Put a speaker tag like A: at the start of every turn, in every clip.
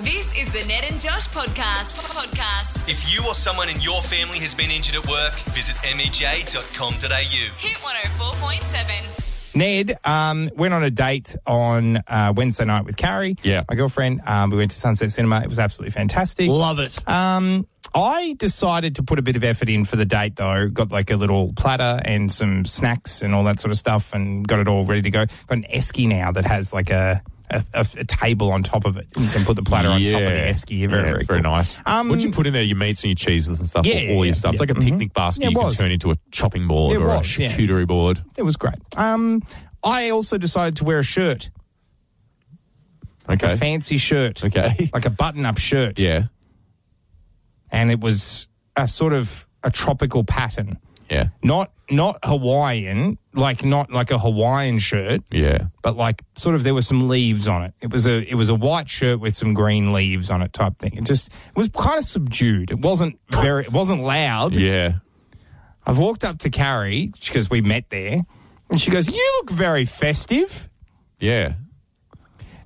A: This is the Ned and Josh podcast. Podcast.
B: If you or someone in your family has been injured at work, visit E mej.com.au.
A: Hit 104.7.
C: Ned um, went on a date on uh, Wednesday night with Carrie,
D: Yeah.
C: my girlfriend. Um, we went to Sunset Cinema. It was absolutely fantastic.
D: Love it.
C: Um, I decided to put a bit of effort in for the date, though. Got like a little platter and some snacks and all that sort of stuff, and got it all ready to go. Got an esky now that has like a a, a, a table on top of it. You can put the platter on top of the esky. Very,
D: Yeah,
C: very,
D: it's very
C: cool.
D: nice.
C: Um,
D: What'd you put in there? Your meats and your cheeses and stuff.
C: Yeah,
D: all
C: yeah,
D: all
C: yeah,
D: your stuff. It's like a
C: yeah.
D: picnic basket
C: Yeah, it
D: you can
C: was.
D: turn into a chopping board
C: It
D: or
C: was,
D: a
C: yeah.
D: charcuterie board.
C: It was great. Um, I also decided to wear a shirt, a
D: Okay.
C: fancy shirt,
D: Okay.
C: like a button-up shirt.
D: Yeah.
C: and it was a sort of a tropical pattern.
D: Yeah.
C: Not not Hawaiian, like not like a Hawaiian shirt,
D: Yeah.
C: but like sort of there were some leaves on it. It was a it was a white shirt with some green leaves on it type thing. It just it was kind of subdued. It wasn't very it wasn't loud.
D: Yeah.
C: I've walked up to Carrie because we met there, and she goes, "You look very festive."
D: Yeah.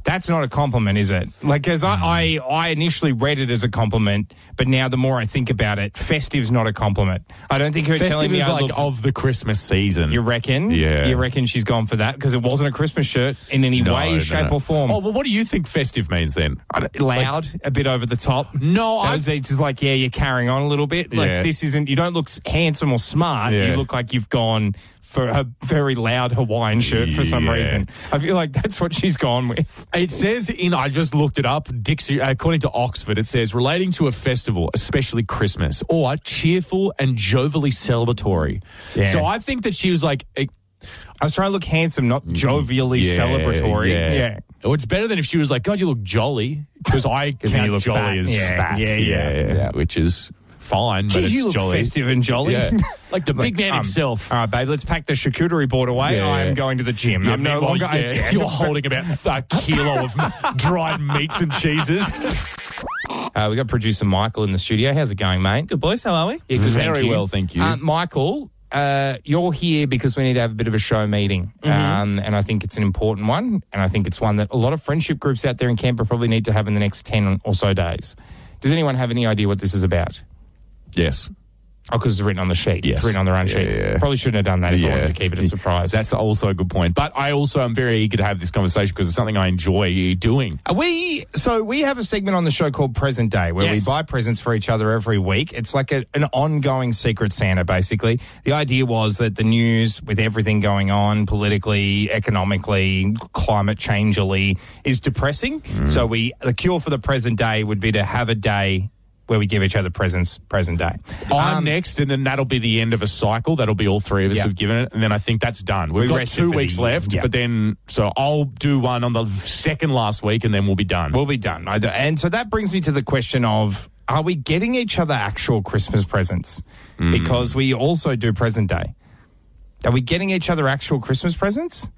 C: That's not a compliment, is it? Like, because I, I, I initially read it as a compliment, but now the more I think about it, festive's not a compliment. I don't think her telling
D: Festive
C: me
D: is
C: I
D: like
C: look-
D: of the Christmas season.
C: You reckon?
D: Yeah.
C: You reckon she's gone for that because it wasn't a Christmas shirt in any
D: No,
C: way,
D: no,
C: shape,
D: no.
C: or form.
D: Oh, well, what do you think festive means then?
C: I don't- loud, a bit over the top.
D: No, I-
C: Those eats is like, yeah, you're carrying on a little bit. Like
D: Yeah.
C: this isn't. You don't look s- handsome or smart.
D: Yeah.
C: You look like you've gone for a very loud Hawaiian shirt for some
D: Yeah.
C: reason. I feel like that's what she's gone with.
D: It says in I just looked it up. Dixie, according to Oxford, it says relating to a festival, especially Christmas, or cheerful and jovially celebratory.
C: Yeah.
D: So I think that she was like, eh,
C: I was trying to look handsome, not jovially
D: Mm-hmm. yeah,
C: celebratory.
D: Yeah.
C: yeah.
D: Oh, it's better than if she was like, God, you look jolly, because I
C: then
D: count
C: you look
D: jolly
C: fat.
D: as
C: Yeah,
D: fat.
C: yeah, yeah, yeah.
D: which is fine, but
C: Geez,
D: it's
C: you look
D: jolly.
C: festive and jolly. um,
D: Yeah. Like the big man himself.
C: All right, babe, let's pack the charcuterie board away.
D: Yeah,
C: I am
D: yeah.
C: going to the gym.
D: Yeah,
C: I'm no
D: meanwhile,
C: longer.
D: yeah, you're holding about a kilo of dried meats and cheeses.
C: Uh, we got producer Michael in the studio. How's it going, mate? Good boys. How are we?
D: good, Very thank you. well, thank you.
C: Uh, Michael, uh, you're here because we need to have a bit of a show meeting,
D: Mm-hmm.
C: um, and I think it's an important one, and I think it's one that a lot of friendship groups out there in Canberra probably need to have in the next ten or so days. Does anyone have any idea what this is about?
D: Yes.
C: Oh, because it's written on the sheet. It's
D: Yes.
C: written on their own
D: Yeah,
C: sheet.
D: yeah.
C: Probably shouldn't have done that if I wanted to keep it a surprise.
D: That's also a good point. But I also am very eager to have this conversation because it's something I enjoy doing.
C: We so we have a segment on the show called Present Day where
D: Yes.
C: we buy presents for each other every week. It's like a, an ongoing secret Santa, basically. The idea was that the news, with everything going on politically, economically, climate changeally, is depressing.
D: Hmm.
C: So we the cure for the present day would be to have a day where we give each other presents. Present day.
D: I'm next, and then that'll be the end of a cycle. That'll be all three of
C: Um,
D: us
C: Yeah.
D: have given it, and then I think that's done. We've
C: We
D: got
C: rest it
D: two
C: for
D: weeks
C: the-
D: left,
C: yeah.
D: but then so I'll do one on the second last week, and then we'll be done.
C: We'll be done. I- And so that brings me to the question of are we getting each other actual Christmas presents?
D: Mm.
C: Because we also do present day. Are we getting each other actual Christmas presents?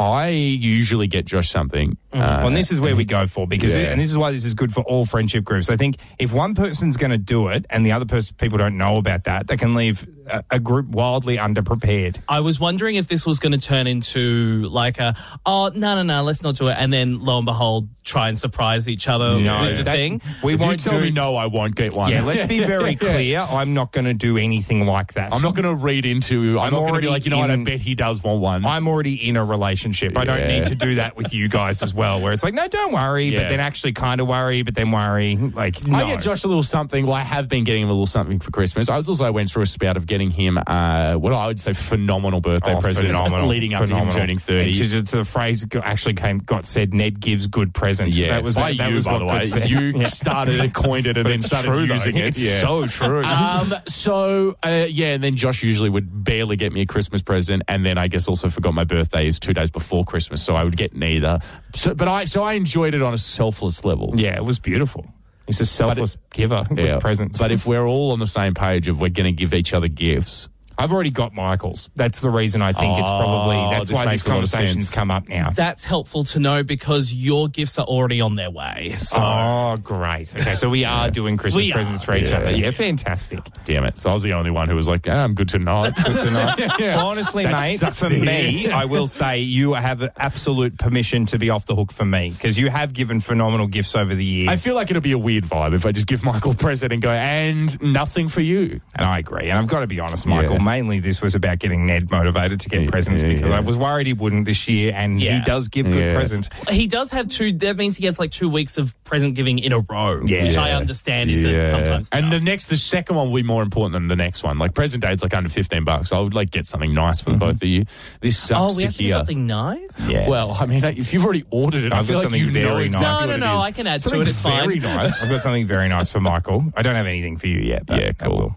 D: I usually get Josh something. Uh,
C: Mm. well, and this is where we go for because,
D: Yeah.
C: and this is why this is good for all friendship groups. I think if one person's going to do it and the other person people don't know about that, they can leave a, a group wildly underprepared.
E: I was wondering if this was going to turn into like a oh no no no let's not do it and then lo and behold try and surprise each other with the
C: That-
E: thing.
C: We
D: if you
C: won't
D: tell
C: do.
D: me no, I won't get one.
C: Yeah, let's be very clear. I'm not going to do anything like that.
D: I'm not going to read into. I'm,
C: I'm
D: not going to
C: already
D: be like, you know what? I
C: in-
D: bet he does want one.
C: I'm already in a relationship. I don't
D: Yeah.
C: need to do that with you guys as well, where it's like, no, don't worry, but
D: Yeah.
C: then actually kind of worry, but then worry. Like, no.
D: I get Josh a little something. Well, I have been getting him a little something for Christmas. I was also I went through a spout of getting him uh, what I would say phenomenal birthday
C: Oh,
D: presents
C: phenomenal,
D: leading up
C: phenomenal.
D: to him turning thirty.
C: And to- to- to the phrase go- actually came, got said, Ned gives good presents.
D: yeah,
C: that was
D: by
C: that
D: you,
C: was
D: by
C: what
D: the
C: got
D: way.
C: said.
D: You started it, coined it, and
C: But
D: then
C: it's
D: started
C: true, though.
D: using it.
C: It's
D: yeah.
C: so true.
D: Um, so uh, yeah, and then Josh usually would barely get me a Christmas present, and then I guess also forgot my birthday is two days before Christmas, so I would get neither. So, but I so I enjoyed it on a selfless level.
C: yeah, it was beautiful. He's a selfless giver with presents.
D: But if we're all on the same page of we're going to give each other gifts,
C: I've already got Michael's. That's the reason I think it's probably
D: Oh,
C: that's
D: this
C: why
D: makes
C: these
D: a lot of
C: conversations
D: sense.
C: come up now.
E: That's helpful to know because your gifts are already on their way. So
C: Oh, great. Okay, so we are doing Christmas
E: We are.
C: presents for each
D: Yeah.
C: other. Yeah, fantastic.
D: Damn it. So I was the only one who was like, ah, I'm good to know. Good to know. yeah.
C: Honestly,
D: That
C: mate,
D: sucks
C: for
D: to
C: me,
D: hear.
C: I will say you have absolute permission to be off the hook for me because you have given phenomenal gifts over the years.
D: I feel like it'll be a weird vibe if I just give Michael a present and go, and nothing for you.
C: and I agree. And I've got to be honest, Michael,
D: Yeah.
C: mainly this was about getting Ned motivated to get
D: Yeah,
C: presents
D: yeah,
C: because
D: yeah.
C: I was worried he wouldn't this year, and he
E: Yeah.
C: does give good
D: Yeah.
C: presents.
E: he does have two. That means he gets like two weeks of present giving in a row,
C: Yeah.
E: which I understand is
D: Yeah.
E: a, sometimes.
D: And the
E: tough.
D: next, the second one will be more important than the next one. Like present date's like under fifteen bucks. I would like get something nice
C: Mm-hmm.
D: for both of you. This sucks
E: oh, we
D: to
E: have to do
D: hear.
E: something nice.
C: Yeah.
D: Well, I mean, if you've already ordered it,
C: I've
D: I
C: got
D: feel like
C: something
D: you know
C: very nice.
D: exactly.
E: no,
C: what
E: no,
C: it
E: no.
C: is.
E: I can add to
D: Something
E: it. It's fine.
D: very nice.
C: I've got something very nice for Michael. I don't have anything for you yet. But
D: Yeah,
C: I
D: cool.
C: will.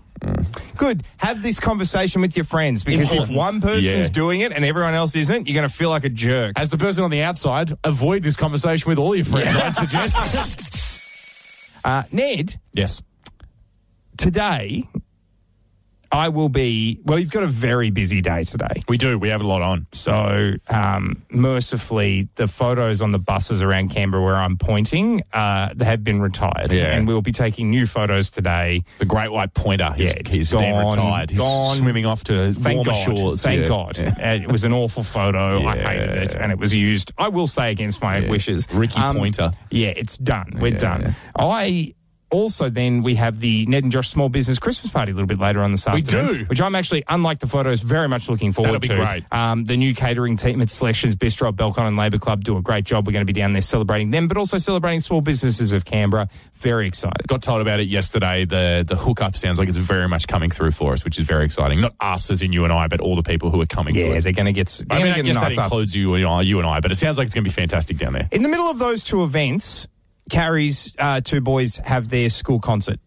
C: Good. Have this conversation with your friends because if
E: Important.
C: one person's
D: Yeah.
C: doing it and everyone else isn't, you're going to feel like a jerk.
D: As the person on the outside, avoid this conversation with all your friends. I suggest.
C: Uh, Ned,
D: yes.
C: today I will be. Well, you've got a very busy day today.
D: We do. We have a lot on.
C: So, um, mercifully, the photos on the buses around Canberra where I'm pointing uh, they have been retired.
D: Yeah.
C: And we'll be taking new photos today.
D: The great white pointer. He's,
C: Yeah, it's
D: he's been
C: gone,
D: retired. He's
C: gone.
D: swimming off to
C: Thank
D: warmer
C: God.
D: shores.
C: Thank
D: Yeah.
C: God.
D: Yeah.
C: Uh, it was an awful photo. I
D: Yeah.
C: hated it. And it was used, I will say, against my
D: Yeah.
C: wishes. Um,
D: Ricky Pointer.
C: Yeah, it's done. We're
D: Yeah.
C: done. I. Also, then we have the Ned and Josh Small Business Christmas Party a little bit later on this afternoon.
D: do.
C: which I'm actually, unlike the photos, very much looking forward
D: That'll be
C: to.
D: great.
C: Um, the new catering team at Selections Bistro, Belcon and Labour Club do a great job. We're going to be down there celebrating them, but also celebrating small businesses of Canberra. Very excited.
D: Got told about it yesterday. The the hookup sounds like it's very much coming through for us, which is very exciting. Not us as in you and I, but all the people who are coming. to
C: Yeah,
D: it.
C: they're going to get. they're
D: I
C: gonna
D: mean, I
C: get a
D: guess
C: nice
D: that
C: afternoon.
D: includes you and I, you and I, but it sounds like it's going to be fantastic down there.
C: In the middle of those two events, Carrie's uh, two boys have their school concert.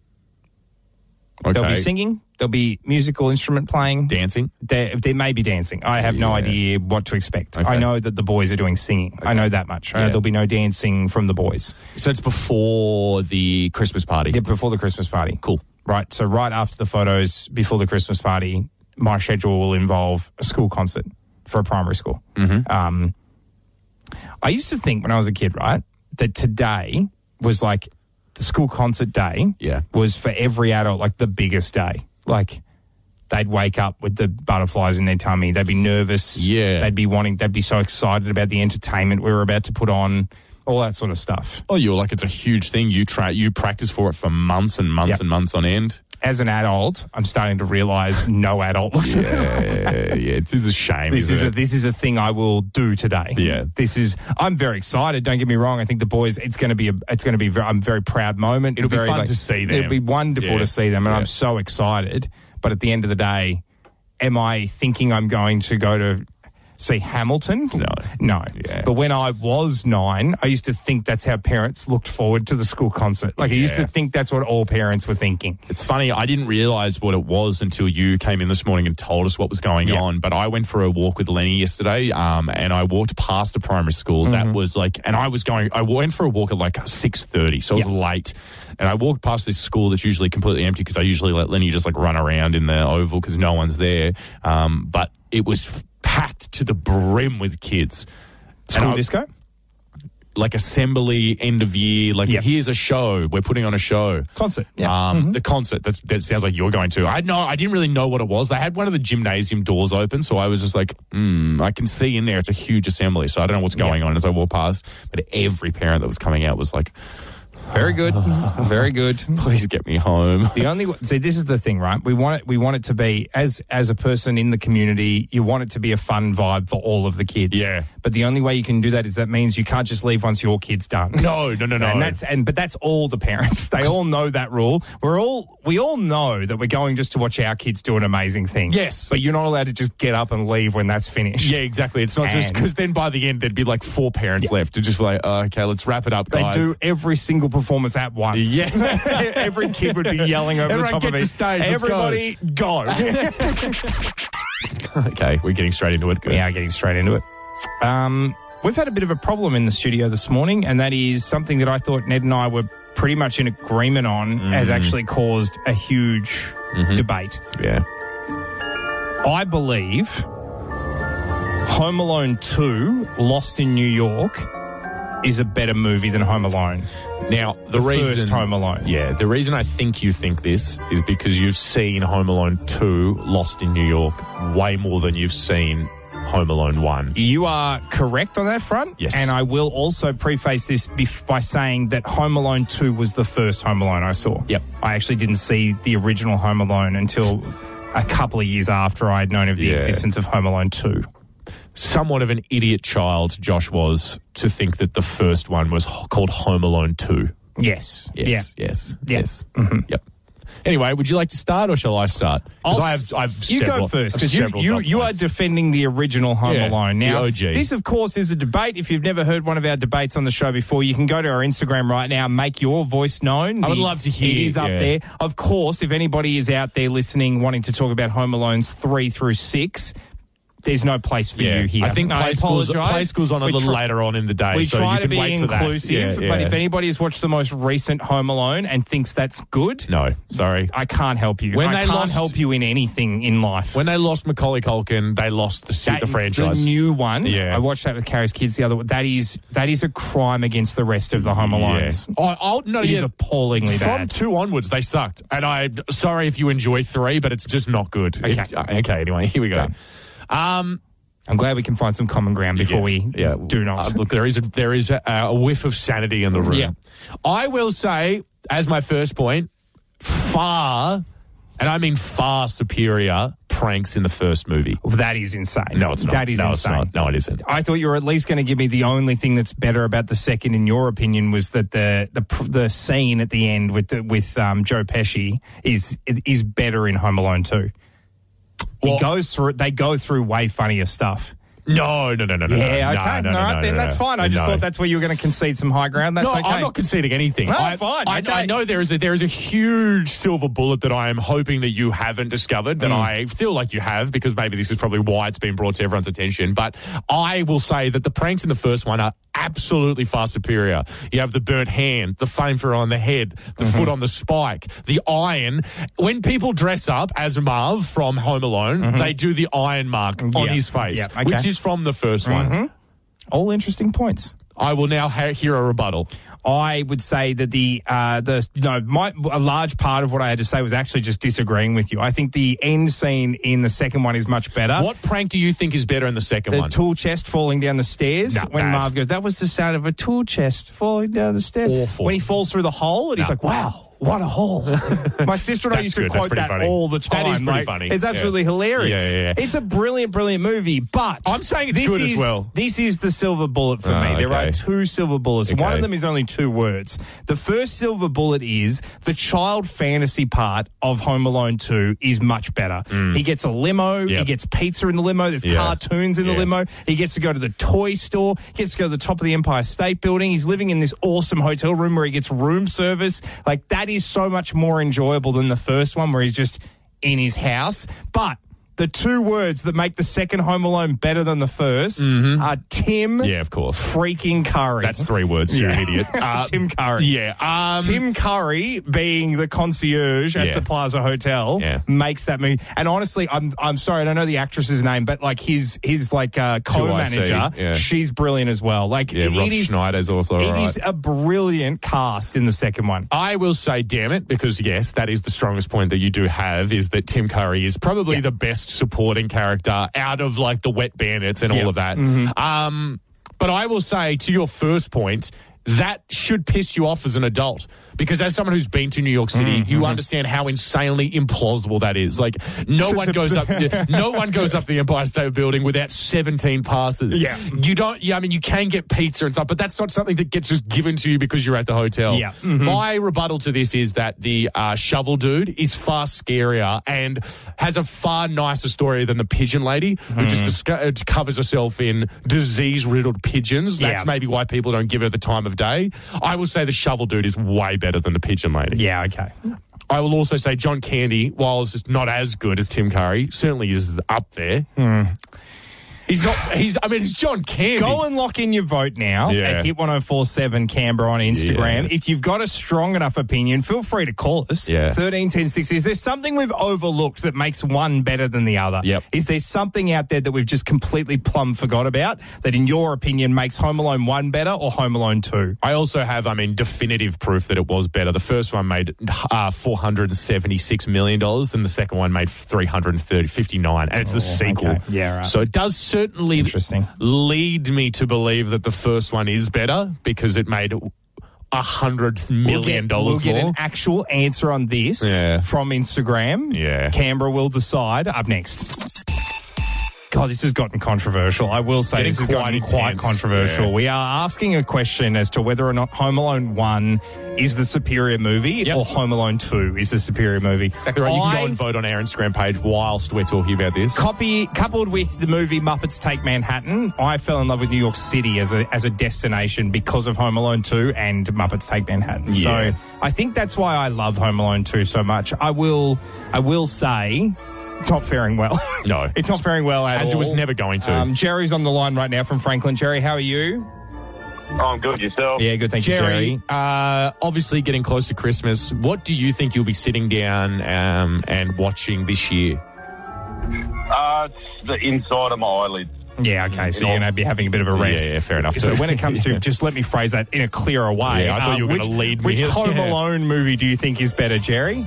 C: They'll be singing. There'll be musical instrument playing.
D: dancing.
C: There, there may be dancing. I have no
D: Yeah.
C: idea what to expect. I
D: Okay.
C: know that the boys are doing singing. I know that much. I know
D: Yeah.
C: there'll be no dancing from the boys
D: So it's before the Christmas party.
C: Yeah, before the Christmas party.
D: Cool.
C: Right. So right after the photos, before the Christmas party, my schedule will involve a school concert for a primary school.
D: Mm-hmm.
C: Um, I used to think when I was a kid, right, that today was like the school concert day.
D: Yeah.
C: was for every adult like the biggest day. Like they'd wake up with the butterflies in their tummy. They'd be nervous.
D: Yeah.
C: they'd be wanting. They'd be so excited about the entertainment we were about to put on. All that sort of stuff.
D: Oh, you're like it's a huge thing. You try, you practice for it for months and months
C: Yep.
D: and months on end.
C: as an adult, I'm starting to realize no adult looks at
D: Uh, yeah, this is a shame.
C: this is
D: isn't
C: a, this is a thing I will do today.
D: Yeah.
C: this is. I'm very excited. Don't get me wrong. I think the boys. It's going to be. A, it's going to be. Very, I'm a very proud moment.
D: It'll be
C: Very,
D: fun to see
C: It'll
D: them.
C: be wonderful
D: Yeah.
C: to see them, and
D: Yeah.
C: I'm so excited. But at the end of the day, am I thinking I'm going to go to? See Hamilton?
D: No.
C: no.
D: Yeah.
C: But when I was nine, I used to think that's how parents looked forward to the school concert. Like I used to
D: Yeah.
C: think that's what all parents were thinking.
D: It's funny, I didn't realize what it was until you came in this morning and told us what was going
C: Yeah.
D: on. But I went for a walk with Lenny yesterday, um, and I walked past a primary school that
C: Mm-hmm.
D: was like, and I was going, I went for a walk at like six thirty, so it was late, and I walked past this school that's usually completely empty because I usually let Lenny just like run around in the oval because no one's there. Um, but it was f- packed to the brim with kids.
C: School
D: I-
C: disco?
D: like assembly end of year like
C: Yeah.
D: here's a show we're putting on a show
C: Concert, yeah.
D: um the concert that's, that sounds like you're going to i know i didn't really know what it was they had one of the gymnasium doors open so i was just like mm, i can see in there it's a huge assembly so i don't know what's going on as i walk past but every parent that was coming out was like
C: Very good. Very good.
D: please get me home
C: The only see, this is the thing, right? We want it. We want it to be as as a person in the community. You want it to be a fun vibe for all of the kids.
D: Yeah.
C: But the only way you can do that is that means you can't just leave once your kid's done.
D: no no no no
C: And that's and but that's all the parents. They all know that rule. We're all we all know that we're going just to watch our kids do an amazing thing.
D: Yes.
C: But you're not allowed to just get up and leave when that's finished.
D: yeah, exactly. It's not just
C: And-
D: because then by the end there'd be like four parents left to just be like, oh, okay, let's wrap it up,
C: They
D: guys.
C: do every single performance at once.
D: Yeah.
C: Every kid would be yelling over
D: Everyone
C: the top of
D: get
C: me.
D: to stage, let's go."
C: Everybody go.
D: Okay, we're getting straight into it. Good.
C: We are getting straight into it. Um, we've had a bit of a problem in the studio this morning, and that is something that I thought Ned and I were pretty much in agreement on has actually caused a huge debate.
D: yeah.
C: I believe Home Alone 2, Lost in New York, is a better movie than Home Alone.
D: Now, the,
C: The
D: reason
C: first Home Alone.
D: Yeah, the reason I think you think this is because you've seen Home Alone 2 Lost in New York way more than you've seen Home Alone 1.
C: You are correct on that front.
D: Yes.
C: And I will also preface this bef- by saying that Home Alone 2 was the first Home Alone I saw.
D: Yep.
C: I actually didn't see the original Home Alone until a couple of years after I'd known of the
D: Yeah.
C: existence of Home Alone 2.
D: Somewhat of an idiot child Josh was to think that the first one was h- called Home Alone 2.
C: Yes.
D: Yes.
C: Yeah.
D: Yes.
C: Yeah.
D: Yes. Yep. Anyway, would you like to start or shall I start? 'Cause
C: I'll
D: I
C: s-
D: have, I've
C: you
D: several-
C: go first
D: I've
C: because you
D: several
C: you,
D: dot
C: you are
D: points.
C: defending the original Home
D: Yeah,
C: Alone. Now,
D: the OG.
C: this of course is a debate. If you've never heard one of our debates on the show before, you can go to our Instagram right now, make your voice known.
D: I would
C: The-
D: love to hear,
C: It is up
D: yeah.
C: there. Of course, if anybody is out there listening wanting to talk about Home Alone's three through six. There's no place for you here.
D: I think play, school's, play school's on a
C: We
D: little
C: tr-
D: later on in the day.
C: we
D: so
C: try
D: you
C: to
D: can
C: be
D: wait for that.
C: inclusive,
D: Yeah,
C: but
D: yeah.
C: if anybody has watched the most recent Home Alone and thinks that's good,
D: No, sorry.
C: I can't help you.
D: When
C: I
D: they
C: can't
D: lost-
C: help you in anything in life.
D: When they lost Macaulay Culkin, they lost the,
C: That-
D: the franchise.
C: the new one.
D: Yeah.
C: I watched that with Carrie's kids the other. That is that is a crime against the rest of the Home
D: yeah.
C: Alones.
D: I, I'll, no,
C: It is
D: yeah.
C: appallingly
D: From
C: bad.
D: two onwards, they sucked. And I, sorry if you enjoy three, but it's just not good.
C: Okay.
D: It's- uh, okay, anyway, here we go.
C: Okay. I'm glad we can find some common ground before
D: Yes.
C: we do not.
D: Uh, look, there is a, there is a, a whiff of sanity in the room.
C: Yeah.
D: I will say, as my first point, far, and I mean far superior pranks in the first movie.
C: that is insane.
D: Uh, No, it's not.
C: That is
D: no, it's
C: insane.
D: not. No, it isn't.
C: I thought you were at least going to give me the only thing that's better about the second, in your opinion, was that the the pr- the scene at the end with the, with um, Joe Pesci is is better in Home Alone too. He
D: Well-
C: goes through. They go through way funnier stuff.
D: No, no, no, no, no.
C: Yeah,
D: no,
C: okay.
D: No, no,
C: All right,
D: no,
C: then
D: no,
C: that's
D: no.
C: fine. I just
D: No.
C: thought that's where you were going to concede some high ground. That's
D: no,
C: okay.
D: I'm not conceding anything.
C: Well,
D: I,
C: fine,
D: I,
C: okay.
D: I know there is a, there is a huge silver bullet that I am hoping that you haven't discovered
C: Hmm.
D: that I feel like you have because maybe this is probably why it's been brought to everyone's attention. But I will say that the pranks in the first one are absolutely far superior. You have the burnt hand, the flamethrower on the head, the
C: Mm-hmm.
D: foot on the spike, the iron. When people dress up as Marv from Home Alone, they do the iron mark on
C: Mm-hmm. Yeah,
D: his face,
C: yeah, okay. Mm-hmm.
D: which is from the 1st one.
C: All interesting points.
D: I will now ha- hear a rebuttal.
C: I would say that the uh, the no, my a large part of what I had to say was actually just disagreeing with you. I think the end scene in the second one is much better.
D: What prank do you think is better in the second
C: The
D: one?
C: tool chest falling down the stairs
D: No,
C: when
D: bad.
C: Marv goes, that was the sound of a tool chest falling down the stairs.
D: Awful.
C: When he falls through the hole and he's
D: No.
C: like, wow, what a hole. My sister and I
D: That's
C: used to
D: good. That's
C: quote
D: pretty
C: that
D: funny.
C: all the
D: That
C: time.
D: is pretty
C: Like,
D: funny.
C: It's
D: Yeah.
C: absolutely hilarious.
D: Yeah, yeah, yeah.
C: It's a brilliant, brilliant movie, but
D: I'm saying it's
C: this
D: good as
C: is-
D: well.
C: This is the silver bullet for
D: Oh,
C: me. There
D: okay.
C: are two silver bullets. One
D: Okay.
C: of them is only two words. The first silver bullet is the child fantasy part of Home Alone 2 is much better. He gets a limo, he
D: Mm. Yep.
C: gets pizza in the limo, there's
D: Yeah.
C: cartoons in the
D: Yeah.
C: limo. He gets to go to the toy store. He gets to go to the top of the Empire State Building. He's living in this awesome hotel room where he gets room service. Like that is so much more enjoyable than the first one where he's just in his house. But the two words that make the second Home Alone better than the 1st are Tim
D: Mm-hmm. yeah, of course.
C: freaking Curry.
D: That's three words. You're an idiot. Uh,
C: Tim Curry.
D: Yeah. Um,
C: Tim Curry being the concierge at
D: Yeah.
C: the Plaza Hotel
D: Yeah.
C: makes that movie. And honestly, I'm I'm sorry, I don't know the actress's name, but like his his like uh, co-manager,
D: yeah.
C: she's brilliant as well. Like
D: yeah.
C: it-
D: Rob
C: it is
D: Schneider's also
C: it
D: all right.
C: is a brilliant cast in the second one.
D: I will say, damn it, because yes, that is the strongest point that you do have is that Tim Curry is probably the best supporting character out of like the Wet Bandits and
C: Yeah. Mm-hmm.
D: all of that. Um, but I will say to your first point, that should piss you off as an adult because as someone who's been to New York City,
C: Mm-hmm.
D: you understand how insanely implausible that is. Like no one goes up, no one goes up the Empire State Building without seventeen passes.
C: Yeah.
D: you don't. Yeah, I mean you can get pizza and stuff, but that's not something that gets just given to you because you're at the hotel.
C: Yeah. Mm-hmm.
D: My rebuttal to this is that the uh, shovel dude is far scarier and has a far nicer story than the pigeon lady, who
C: Mm.
D: just disco- uh, covers herself in disease riddled pigeons. That's
C: Yeah.
D: maybe why people don't give her the time of day. I will say the shovel dude is way better than the pigeon lady.
C: Yeah, okay.
D: I will also say John Candy, while it's not as good as Tim Curry, certainly is up there. He's not. He's. I mean, it's John Candy.
C: Hmm. Go and lock in your vote now
D: Yeah.
C: at Hit 1047 Canberra on Instagram.
D: Yeah.
C: If you've got a strong enough opinion, feel free to call us.
D: Yeah.
C: 13 10 60. Is there something we've overlooked that makes one better than the other?
D: Yep.
C: Is there something out there that we've just completely plumb forgot about that, in your opinion, makes Home Alone 1 better or Home Alone 2?
D: I also have, I mean, definitive proof that it was better. The first one made uh, four hundred and seventy-six million dollars, and the second one made three hundred and thirty fifty-nine, and it's the sequel.
C: Oh, okay. Yeah, right.
D: So it does certainly
C: Interesting.
D: lead me to believe that the first one is better because it made a hundred
C: We'll
D: million
C: get-
D: dollars
C: We'll get
D: more.
C: an actual answer on this
D: Yeah.
C: from Instagram.
D: Yeah.
C: Canberra will decide. Up next. God, this has gotten controversial. I will say
D: Getting
C: this has
D: quite
C: gotten
D: intense.
C: quite controversial.
D: Yeah.
C: We are asking a question as to whether or not Home Alone 1 is the superior movie
D: Yep.
C: or Home Alone 2 is the superior movie.
D: Exactly right. You can
C: I-
D: go and vote on our Instagram page whilst we're talking about this.
C: Copy coupled with the movie Muppets Take Manhattan, I fell in love with New York City as a as a destination because of Home Alone 2 and Muppets Take Manhattan.
D: Yeah.
C: So I think that's why I love Home Alone 2 so much. I will I will say it's not faring well.
D: No.
C: it's not faring well at
D: As it was
C: all.
D: never going to.
C: Um, Jerry's on the line right now from Franklin. Jerry, how are you?
F: Oh, I'm good yourself.
C: Yeah, good. Thank
D: Jerry, uh, obviously getting close to Christmas. What do you think you'll be sitting down um, and watching this year?
F: Uh, it's the inside of my eyelids.
C: Yeah, okay. So you're going to be having a bit of a rest.
D: Oh. Yeah, yeah, fair enough.
C: So when it comes to, just let me phrase that in a clearer way. Um,
D: Yeah, I thought you were
C: which-
D: gonna lead me.
C: Which Home
D: Yeah.
C: Alone movie do you think is better, Jerry?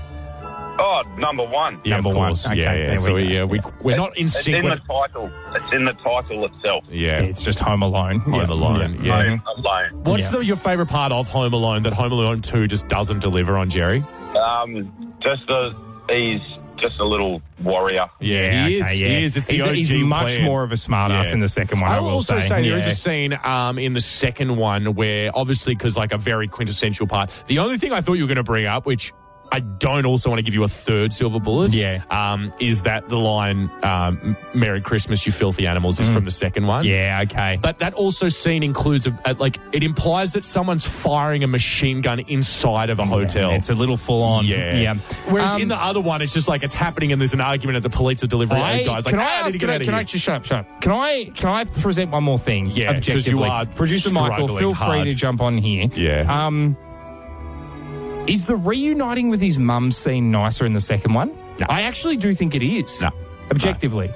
F: Oh, number one.
D: Yeah,
C: Number
D: of
C: one.
D: course.
C: Okay,
D: yeah, yeah.
C: there
D: So
C: we
D: we,
C: go.
D: uh, we, we're not in
F: It's
D: sync.
F: in the
D: We're-
F: title. It's in the title itself.
D: Yeah,
C: It's just Home Alone.
D: Home
C: Yeah.
D: Alone. Yeah.
F: Home Alone.
D: What's
C: Yeah.
D: the, your favorite part of Home Alone that Home Alone 2 just doesn't deliver on, Jerry?
F: Um, just a, he's just a little warrior.
D: Yeah, he is.
C: okay,
D: He is. It's the
C: he's, he's
D: OG
C: much
D: plan.
C: more of a smartass
D: Yeah.
C: in the second one. I,
D: I will
C: will
D: also say, there is
C: Yeah.
D: a scene um, in the second one where, obviously, because like a very quintessential part. The only thing I thought you were going to bring up, which I don't also want to give you a third silver bullet,
C: Yeah.
D: um, is that the line um, "Merry Christmas, you filthy animals" is from the second one.
C: Yeah, okay.
D: But that also scene includes a, a- like it implies that someone's firing a machine gun inside of a hotel.
C: It's a little full on.
D: yeah.
C: Yeah.
D: Whereas
C: Um,
D: in the other one, it's just like it's happening and there's an argument at the police are delivering.
C: I-
D: Hey, guys, like,
C: can I
D: "Ah, need
C: ask?
D: to get
C: Can I,
D: out of
C: can I
D: here."
C: just shut up? Shut up. Can I? Can I present one more thing?
D: Yeah, 'cause you
C: objectively?
D: are
C: producer Michael.
D: struggling
C: Feel
D: hard.
C: free to jump on here.
D: Yeah.
C: Um, is the reuniting with his mum scene nicer in the second one?
D: No.
C: I actually do think it is.
D: No.
C: Objectively,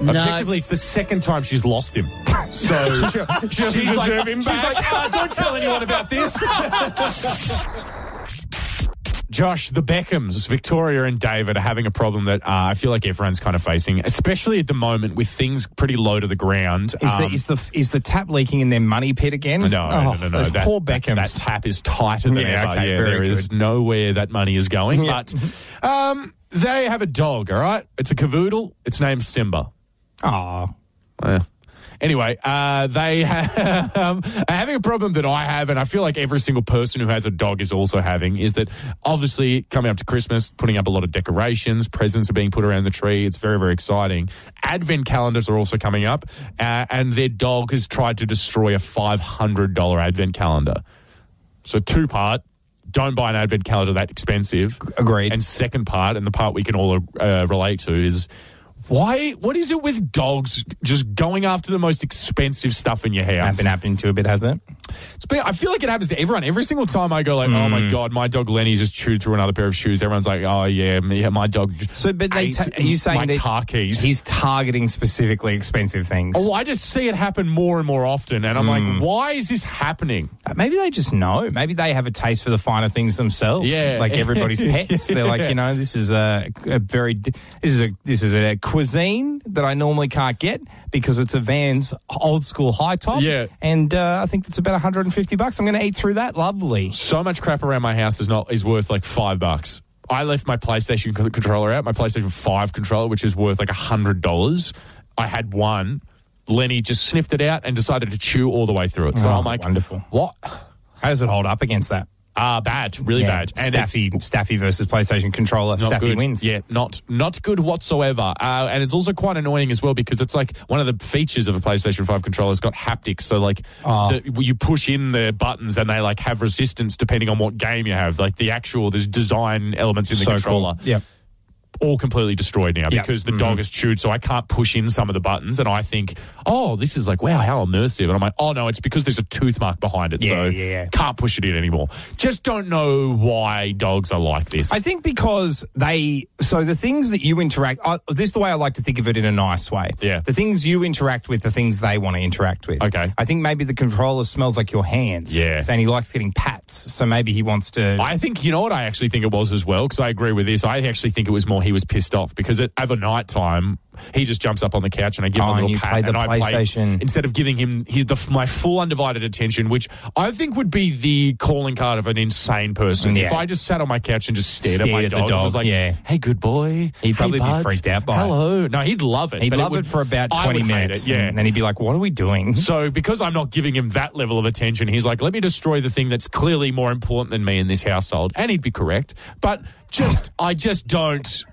E: No,
D: Objectively, it's the second time she's lost him. So she's, like, she's like, "Ah, don't tell anyone about this. Josh, the Beckhams, Victoria and David are having a problem that uh, I feel like everyone's kind of facing, especially at the moment with things pretty low to the ground.
C: is
D: Um,
C: the is the is the tap leaking in their money pit again?
D: no, no,
C: Oh,
D: no, no, no.
C: Those
D: That-
C: poor
D: that-
C: Beckhams.
D: That, tap is tighter than
C: Yeah,
D: ever.
C: okay,
D: yeah,
C: very
D: there is nowhere that money is going.
C: Yeah.
D: But um, they have a dog, all right? It's a cavoodle. Its name's Simba.
C: Aw.
D: Anyway, uh, they have, um, are having a problem that I have, and I feel like every single person who has a dog is also having, is that obviously coming up to Christmas, putting up a lot of decorations, presents are being put around the tree. It's very, very exciting. Advent calendars are also coming up, uh, and their dog has tried to destroy a $500 Advent calendar. So, two part. Don't buy an advent calendar that expensive.
C: Agreed.
D: And second part, and the part we can all uh, relate to is why? What is it with dogs just going after the most expensive stuff in your
C: That's
D: house?
C: been happening to a bit, has it?
D: It's been- I feel like it happens to everyone. Every single time I go, like, oh my god, my dog Lenny just chewed through another pair of shoes. Everyone's like, oh yeah, me- yeah, my dog.
C: So, but they
D: ate
C: ta- are you saying
D: my
C: that
D: car keys?
C: he's targeting specifically expensive things?
D: Oh, I just see it happen more and more often, and I'm like, why is this happening?
C: Uh, Maybe they just know. Maybe they have a taste for the finer things themselves.
D: Yeah.
C: like everybody's pets. They're like, you know, this is a, a very d- this is a this is a cuisine that I normally can't get because it's a Vans old school high top.
D: Yeah.
C: and uh, I think it's about 150 bucks. I'm going to eat through that. Lovely.
D: so much crap around my house is not is worth like five bucks. I left my PlayStation c- controller out, my PlayStation Five controller, which is worth like a hundred dollars. I had one. Lenny just sniffed it out and decided to chew all the way through it. So
C: Oh,
D: I'm like,
C: wonderful.
D: What?
C: How does it hold up against that?
D: Ah, bad, really
C: Yeah,
D: bad. And it's
C: Staffy, Staffy versus PlayStation controller.
D: not
C: Staffy
D: Oh, good.
C: wins.
D: Yeah, not not good whatsoever. Uh, and it's also quite annoying as well because it's like one of the features of a PlayStation Five controller has got haptics. So like
C: Ah.
D: the, you push in the buttons and they like have resistance depending on what game you have. Like the actual there's design elements in the
C: so
D: controller.
C: cool. Yeah.
D: all completely destroyed now
C: Yeah. Mm-hmm.
D: because the dog has chewed, so I can't push in some of the buttons. And I think, oh, this is like, wow, how immersive. And I'm like, oh, no, it's because there's a tooth mark behind it.
C: Yeah,
D: so
C: yeah, yeah.
D: can't push it in anymore. Just don't know why dogs are like this.
C: I think because they, so the things that you interact, uh, this is the way I like to think of it in a nice way.
D: Yeah.
C: The things you interact with, the things they want to interact with.
D: Okay.
C: I think maybe the controller smells like your hands.
D: Yeah.
C: And he likes getting pats. So maybe he wants to.
D: I think you know what I actually think it was as well because I agree with this. I actually think it was more he was pissed off because at over night time he just jumps up on the couch and I give him
C: Oh,
D: a
C: and
D: little
C: you
D: pat
C: played the
D: and I play-
C: PlayStation.
D: instead of giving him his, the, my full undivided attention, which I think would be the calling card of an insane person.
C: Yeah.
D: If I just sat on my couch and just stared, at
C: Stared
D: my
C: at the
D: dog, and was
C: dog,
D: like,
C: yeah.
D: "Hey, good boy,"
C: He'd
D: Hey,
C: probably be
D: bud.
C: freaked out by it.
D: Hello, no, he'd love it.
C: he'd
D: but
C: love it,
D: would-
C: for about
D: I
C: 20
D: would hate
C: minutes.
D: it, yeah,
C: And then he'd be like, what are we doing?
D: so because I'm not giving him that level of attention, he's like, let me destroy the thing that's clearly more important than me in this household. And he'd be correct. But just, I just don't.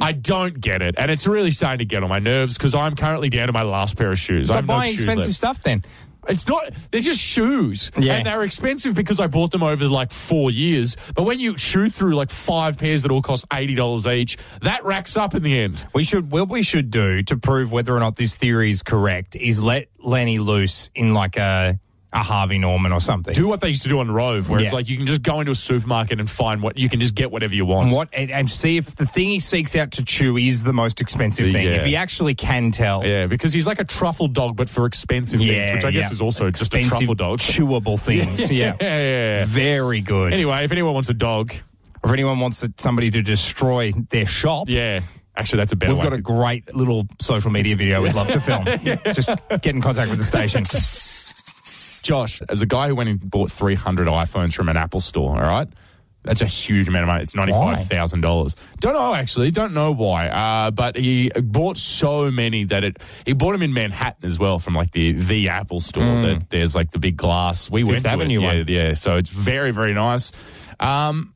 D: I don't get it, and it's really starting to get on my nerves because I'm currently down to my last pair of shoes. I
C: Stop
D: have no
C: buying
D: shoes
C: expensive
D: left.
C: stuff then.
D: It's not. They're just shoes,
C: Yeah.
D: and they're expensive because I bought them over like four years. But when you chew through like five pairs that all cost eighty dollars each, that racks up in the end.
C: We should what we should do to prove whether or not this theory is correct is let Lenny loose in like a a Harvey Norman or something.
D: Do what they used to do on Rove, where it's
C: Yeah.
D: like you can just go into a supermarket and find what you can just get whatever you want.
C: and what and, and see if the thing he seeks out to chew is the most expensive thing.
D: Yeah.
C: If he actually can tell,
D: Yeah, because he's like a truffle dog, but for expensive things, which I guess
C: yeah.
D: is also
C: Expensive,
D: just a truffle dog.
C: chewable things. yeah.
D: Yeah, yeah, yeah.
C: very good.
D: Anyway, if anyone wants a dog,
C: if anyone wants it- somebody to destroy their shop.
D: yeah. Actually, that's a better
C: We've
D: way.
C: got a great little social media video we'd love to film. Just get in contact with the station.
D: Josh, as a guy who went and bought 300 iPhones from an Apple store, all right? That's a huge amount of money. It's $95,000. Don't know, actually. Don't know why. Uh, but he bought so many that it, he bought them in Manhattan as well from like the, the Apple store that there's like the big glass. We went to
C: Hmm. Avenue
D: it.
C: one.
D: Yeah, yeah. So it's very, very nice. Um,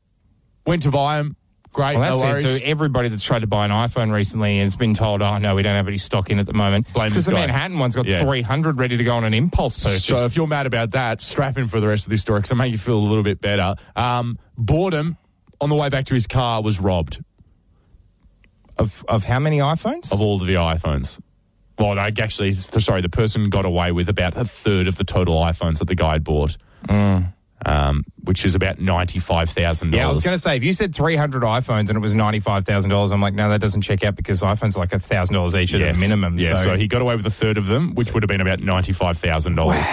D: went to buy them. Great.
C: Well, that's
D: no
C: it.
D: worries.
C: So everybody that's tried to buy an iPhone recently has been told, "Oh no, we don't have any stock in at the moment."
D: Blame
C: because
D: this
C: the
D: guy.
C: Manhattan one's got
D: Yeah.
C: 300 ready to go on an impulse purchase.
D: So if you're mad about that, strap in for the rest of this story because I make you feel a little bit better. Um, boredom on the way back to his car was robbed
C: of, of how many iPhones?
D: of all of the iPhones. Well, no, actually, s- sorry, the person got away with about a third of the total iPhones that the guy had bought, um, which is about ninety-five thousand
C: Mm. yeah, I was
D: dollars.
C: going to say if you said 300 iPhones and it was ninety-five thousand dollars, I'm like, no, that doesn't check out because iPhones are like thousand dollars each at the minimum.
D: Yeah, so.
C: so
D: he got away with a third of them, which would have been about ninety-five thousand dollars.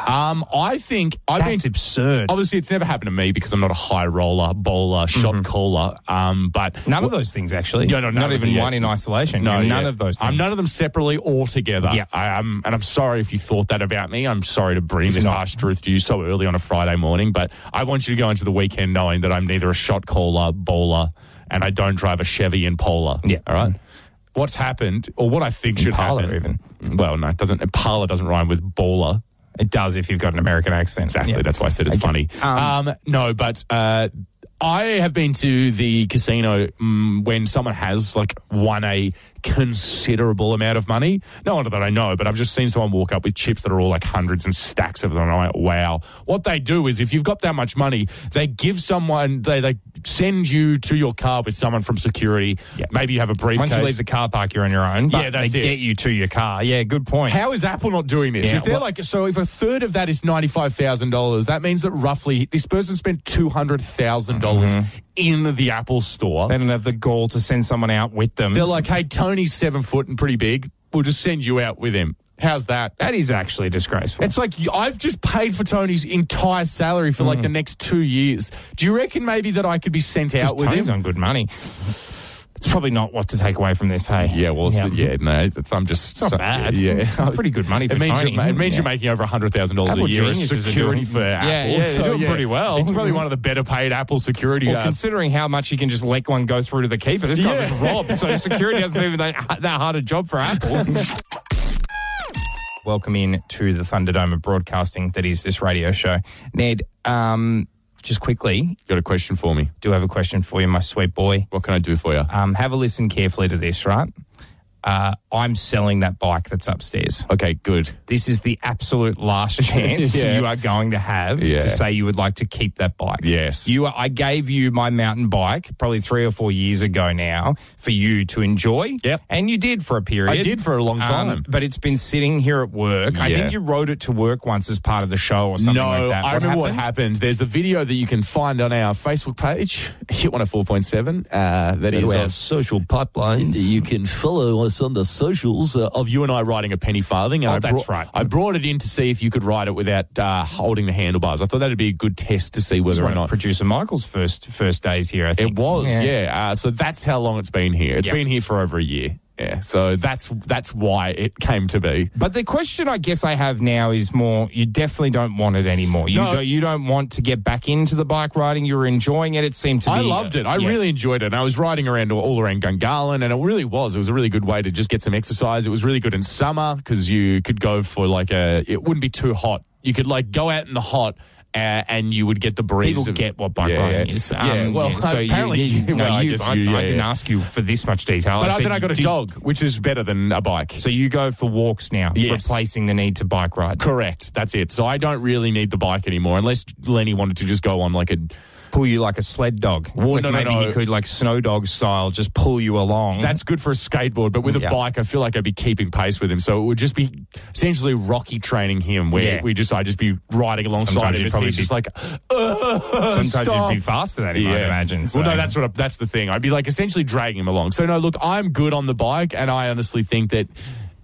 D: Um, I think I've
C: that's
D: been
C: absurd.
D: Obviously, it's never happened to me because I'm not a high roller, bowler, shot
C: Mm-hmm.
D: caller. Um, but
C: None of those things actually.
D: Yeah, no, none
C: not
D: of
C: even
D: them, yeah.
C: one in isolation.
D: no,
C: You're none
D: yeah.
C: of those. Things.
D: I'm none of them separately or together.
C: Yeah.
D: I, I'm, and I'm sorry if you thought that about me. I'm sorry to bring
C: It's
D: this
C: not.
D: harsh truth to you so early on a Friday morning, but I want you to go into the weekend knowing that I'm neither a shot caller, bowler, and I don't drive a Chevy Impala.
C: Yeah.
D: All right. What's happened, or what I think should
C: Impala
D: happen? Even. Well, no, it doesn't. Impala doesn't rhyme with bowler.
C: It does if you've got an American accent.
D: Exactly.
C: Yeah.
D: That's why I said it's funny. Um, no, but uh, I have been to the casino mm, when someone has like won a considerable amount of money. No one that I know, but I've just seen someone walk up with chips that are all like hundreds and stacks of them. And I'm like, wow. What they do is if you've got that much money, they give someone, they, they send you to your car with someone from security.
C: Yeah.
D: Maybe you have a briefcase.
C: Once you leave the car park, you're on your own. But
D: Yeah, that's
C: they
D: it.
C: get you to your car. Yeah, good point.
D: How is Apple not doing this?
C: Yeah,
D: if they're
C: well-
D: like, so if a third of that is $95,000, that means that roughly this person spent $200,000 dollars
C: Mm-hmm.
D: in the Apple store.
C: They don't have the gall to send someone out with them.
D: they're like, hey, Tony's seven foot and pretty big. We'll just send you out with him. How's that?
C: that is actually disgraceful.
D: It's like you- I've just paid for Tony's entire salary for
C: Mm.
D: like the next two years. Do you reckon maybe that I could be sent out with
C: Tony's
D: him?
C: on good money. It's probably not what to take away from this, hey?
D: Yeah, well, yeah, yeah no, it's, I'm just
C: not
D: so-
C: bad.
D: Yeah,
C: That's pretty good money for
D: it means
C: Tony.
D: You're, ma- it means
C: Yeah.
D: you're making over hundred thousand dollars a
C: Apple
D: year as
C: geniuses are
D: security
C: doing-
D: for
C: Yeah,
D: Apple.
C: yeah, they're
D: so,
C: doing pretty well.
D: It's probably one of the better paid Apple security.
C: Well,
D: uh,
C: considering how much you can just let one go through to the keeper, this guy was
D: Yeah.
C: robbed. So security doesn't even that, that hard a job for Apple. Welcome in to the Thunderdome of broadcasting that is this radio show. Ned, um, just quickly,
D: got a question for me?
C: do have a question for you, my sweet boy.
D: What can I do for you?
C: Um, have a listen carefully to this, right? Uh, I'm selling that bike that's upstairs.
D: Okay, good.
C: This is the absolute last chance
D: Yeah.
C: you are going to have
D: Yeah.
C: to say you would like to keep that bike.
D: Yes.
C: You are, I gave you my mountain bike probably 3 or 4 years ago now for you to enjoy.
D: Yep.
C: And you did for a period.
D: I did for a long
C: Um,
D: time.
C: but it's been sitting here at work. I
D: Yeah.
C: think you rode it to work once as part of the show or something
D: no,
C: like that.
D: I remember what happened. There's the video that you can find on our Facebook page, Hit 104.7. Uh, that is our
C: social pipelines.
D: You can follow us on the socials uh, of you and I riding a penny farthing. And
C: Oh,
D: I
C: that's
D: brought-
C: right.
D: I brought it in to see if you could ride it without uh, holding the handlebars. I thought that'd be a good test to see whether or
C: One of
D: not.
C: producer Michael's first first days here. I think
D: It was, yeah. Uh, so that's how long it's been here. It's
C: Yep.
D: been here for over a year. Yeah. So that's that's why it came to be.
C: But the question I guess I have now is more you definitely don't want it anymore. You,
D: No.
C: don't, you don't want to get back into the bike riding. You were enjoying it. It seemed to
D: I
C: be.
D: loved it. I
C: Yeah.
D: really enjoyed it. And I was riding around all around Gungahlin, and it really was. It was a really good way to just get some exercise. It was really good in summer because you could go for like a. It wouldn't be too hot. You could like go out in the hot. Uh, and you would get the breeze.
C: People
D: of-
C: get what bike
D: Yeah,
C: riding
D: yeah.
C: is.
D: yeah,
C: Um,
D: well,
C: yeah, so
D: apparently,
C: you, you, no,
D: well, I
C: you,
D: guess
C: I,
D: you,
C: I
D: yeah,
C: didn't
D: yeah.
C: ask you for this much detail.
D: But
C: I
D: I-
C: said
D: then I got a
C: you-
D: dog, which is better than a bike.
C: So you go for walks now,
D: Yes.
C: replacing the need to bike ride.
D: Correct. That's it. So I don't really need the bike anymore, unless Lenny wanted to just go on like a.
C: Pull you like a sled dog. Like
D: no, no,
C: maybe
D: no.
C: he could like snow dog style, just pull you along.
D: That's good for a skateboard, but with a
C: Mm-hmm. Yeah.
D: bike, I feel like I'd be keeping pace with him. So it would just be essentially Rocky training him, where
C: Yeah.
D: we just I'd just be riding alongside
C: Sometimes
D: him.
C: you'd
D: and
C: probably
D: he's just
C: be-
D: like,
C: sometimes
D: stop.
C: you'd be faster than him. I imagine. So.
D: Well, no, that's what I, that's the thing. I'd be like essentially dragging him along. So no, look, I'm good on the bike, and I honestly think that.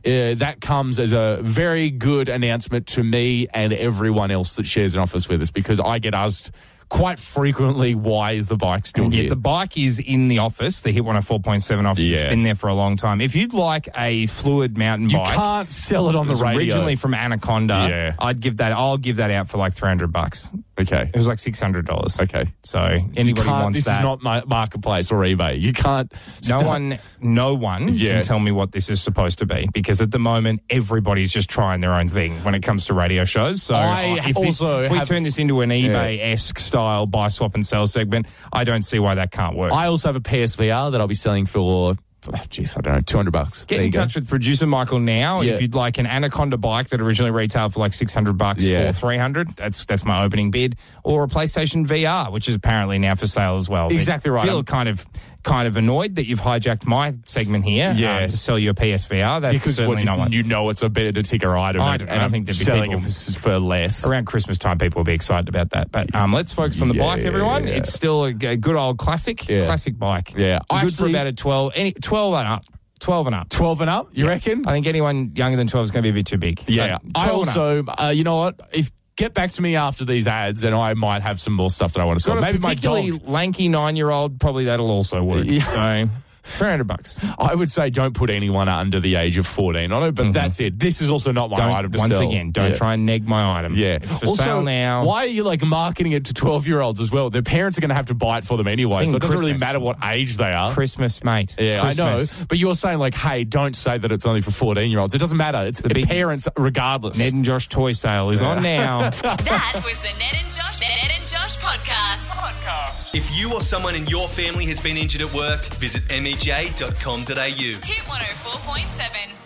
D: Uh, that comes as a very good announcement to me and everyone else that shares an office with us because I get asked quite frequently why is the bike still
C: And
D: here?
C: yet the bike is in the office, the Hit 104.7 office. It's
D: Yeah.
C: been there for a long time. If you'd like a fluid mountain
D: you
C: bike,
D: can't sell it
C: it
D: on the
C: was
D: radio.
C: originally from Anaconda,
D: Yeah.
C: I'd give that. I'll give that out for like 300 bucks.
D: okay,
C: It was like $600.
D: okay.
C: So anybody
D: You can't-
C: wants
D: this
C: that.
D: is not my marketplace or eBay. You can't.
C: no
D: start-
C: one, no one
D: Yeah.
C: can tell me what this is supposed to be because at the moment everybody's just trying their own thing when it comes to radio shows. So uh,
D: I
C: if this-
D: also
C: if we
D: have-
C: turn this into an eBay esque style buy swap and sell segment, I don't see why that can't work.
D: I also have a PSVR that I'll be selling for. Jeez, I don't know, two hundred bucks.
C: Get
D: There
C: in
D: you go.
C: touch with producer Michael now
D: Yeah.
C: if you'd like an Anaconda bike that originally retailed for like six hundred bucks
D: Yeah.
C: for three hundred. That's that's my opening bid, or a PlayStation VR, which is apparently now for sale as well.
D: Exactly right.
C: I feel
D: I'm-
C: kind of kind of annoyed that you've hijacked my segment here
D: Yeah.
C: um, to sell you a PSVR. That's
D: because
C: certainly
D: what,
C: not one.
D: you know it's a better ticker item,
C: I
D: and,
C: don't-
D: and
C: I
D: I'm
C: think there'd be
D: selling
C: people-
D: it for, for less.
C: Around Christmas time, people will be excited about that. But um, let's focus on the
D: Yeah.
C: bike, everyone. It's still a, g- a good old classic,
D: Yeah.
C: classic bike.
D: Yeah.
C: good
D: I
C: for
D: actually-
C: about a twelve, any twelve and up, twelve and up.
D: Twelve and up, you reckon?
C: I think anyone younger than twelve is going to be a bit too big.
D: Yeah,
C: But
D: I
C: 12 and up.
D: also, uh, you know what? If get back to me after these ads, and I might have some more stuff that I want to sell.
C: got
D: Maybe
C: a
D: my
C: particularly
D: dog.
C: lanky nine-year-old, probably that'll also work. So, three hundred bucks.
D: I would say don't put anyone under the age of fourteen on it, but that's it. This is also not my
C: Mm-hmm. Don't,
D: item to
C: once
D: sell.
C: again, don't
D: Yeah.
C: try and neg my item.
D: Yeah.
C: it's for
D: also,
C: sale now.
D: Why are you like marketing it to 12 year olds as well? Their parents are going to have to buy it for them anyway.
C: Thing
D: So it doesn't really
C: Christmas.
D: matter what age they are.
C: Christmas, mate?
D: Yeah,
C: Christmas.
D: I know. But you're saying like, hey, don't say that it's only for 14 year olds. It doesn't matter. It's the
C: big-
D: parents regardless.
C: Ned and Josh toy sale is on now.
A: That was the Ned and Josh Ned and Josh podcast.
B: If you or someone in your E
A: oh
B: family has been injured at work, visit mej.com.au.
A: Hit 104.7.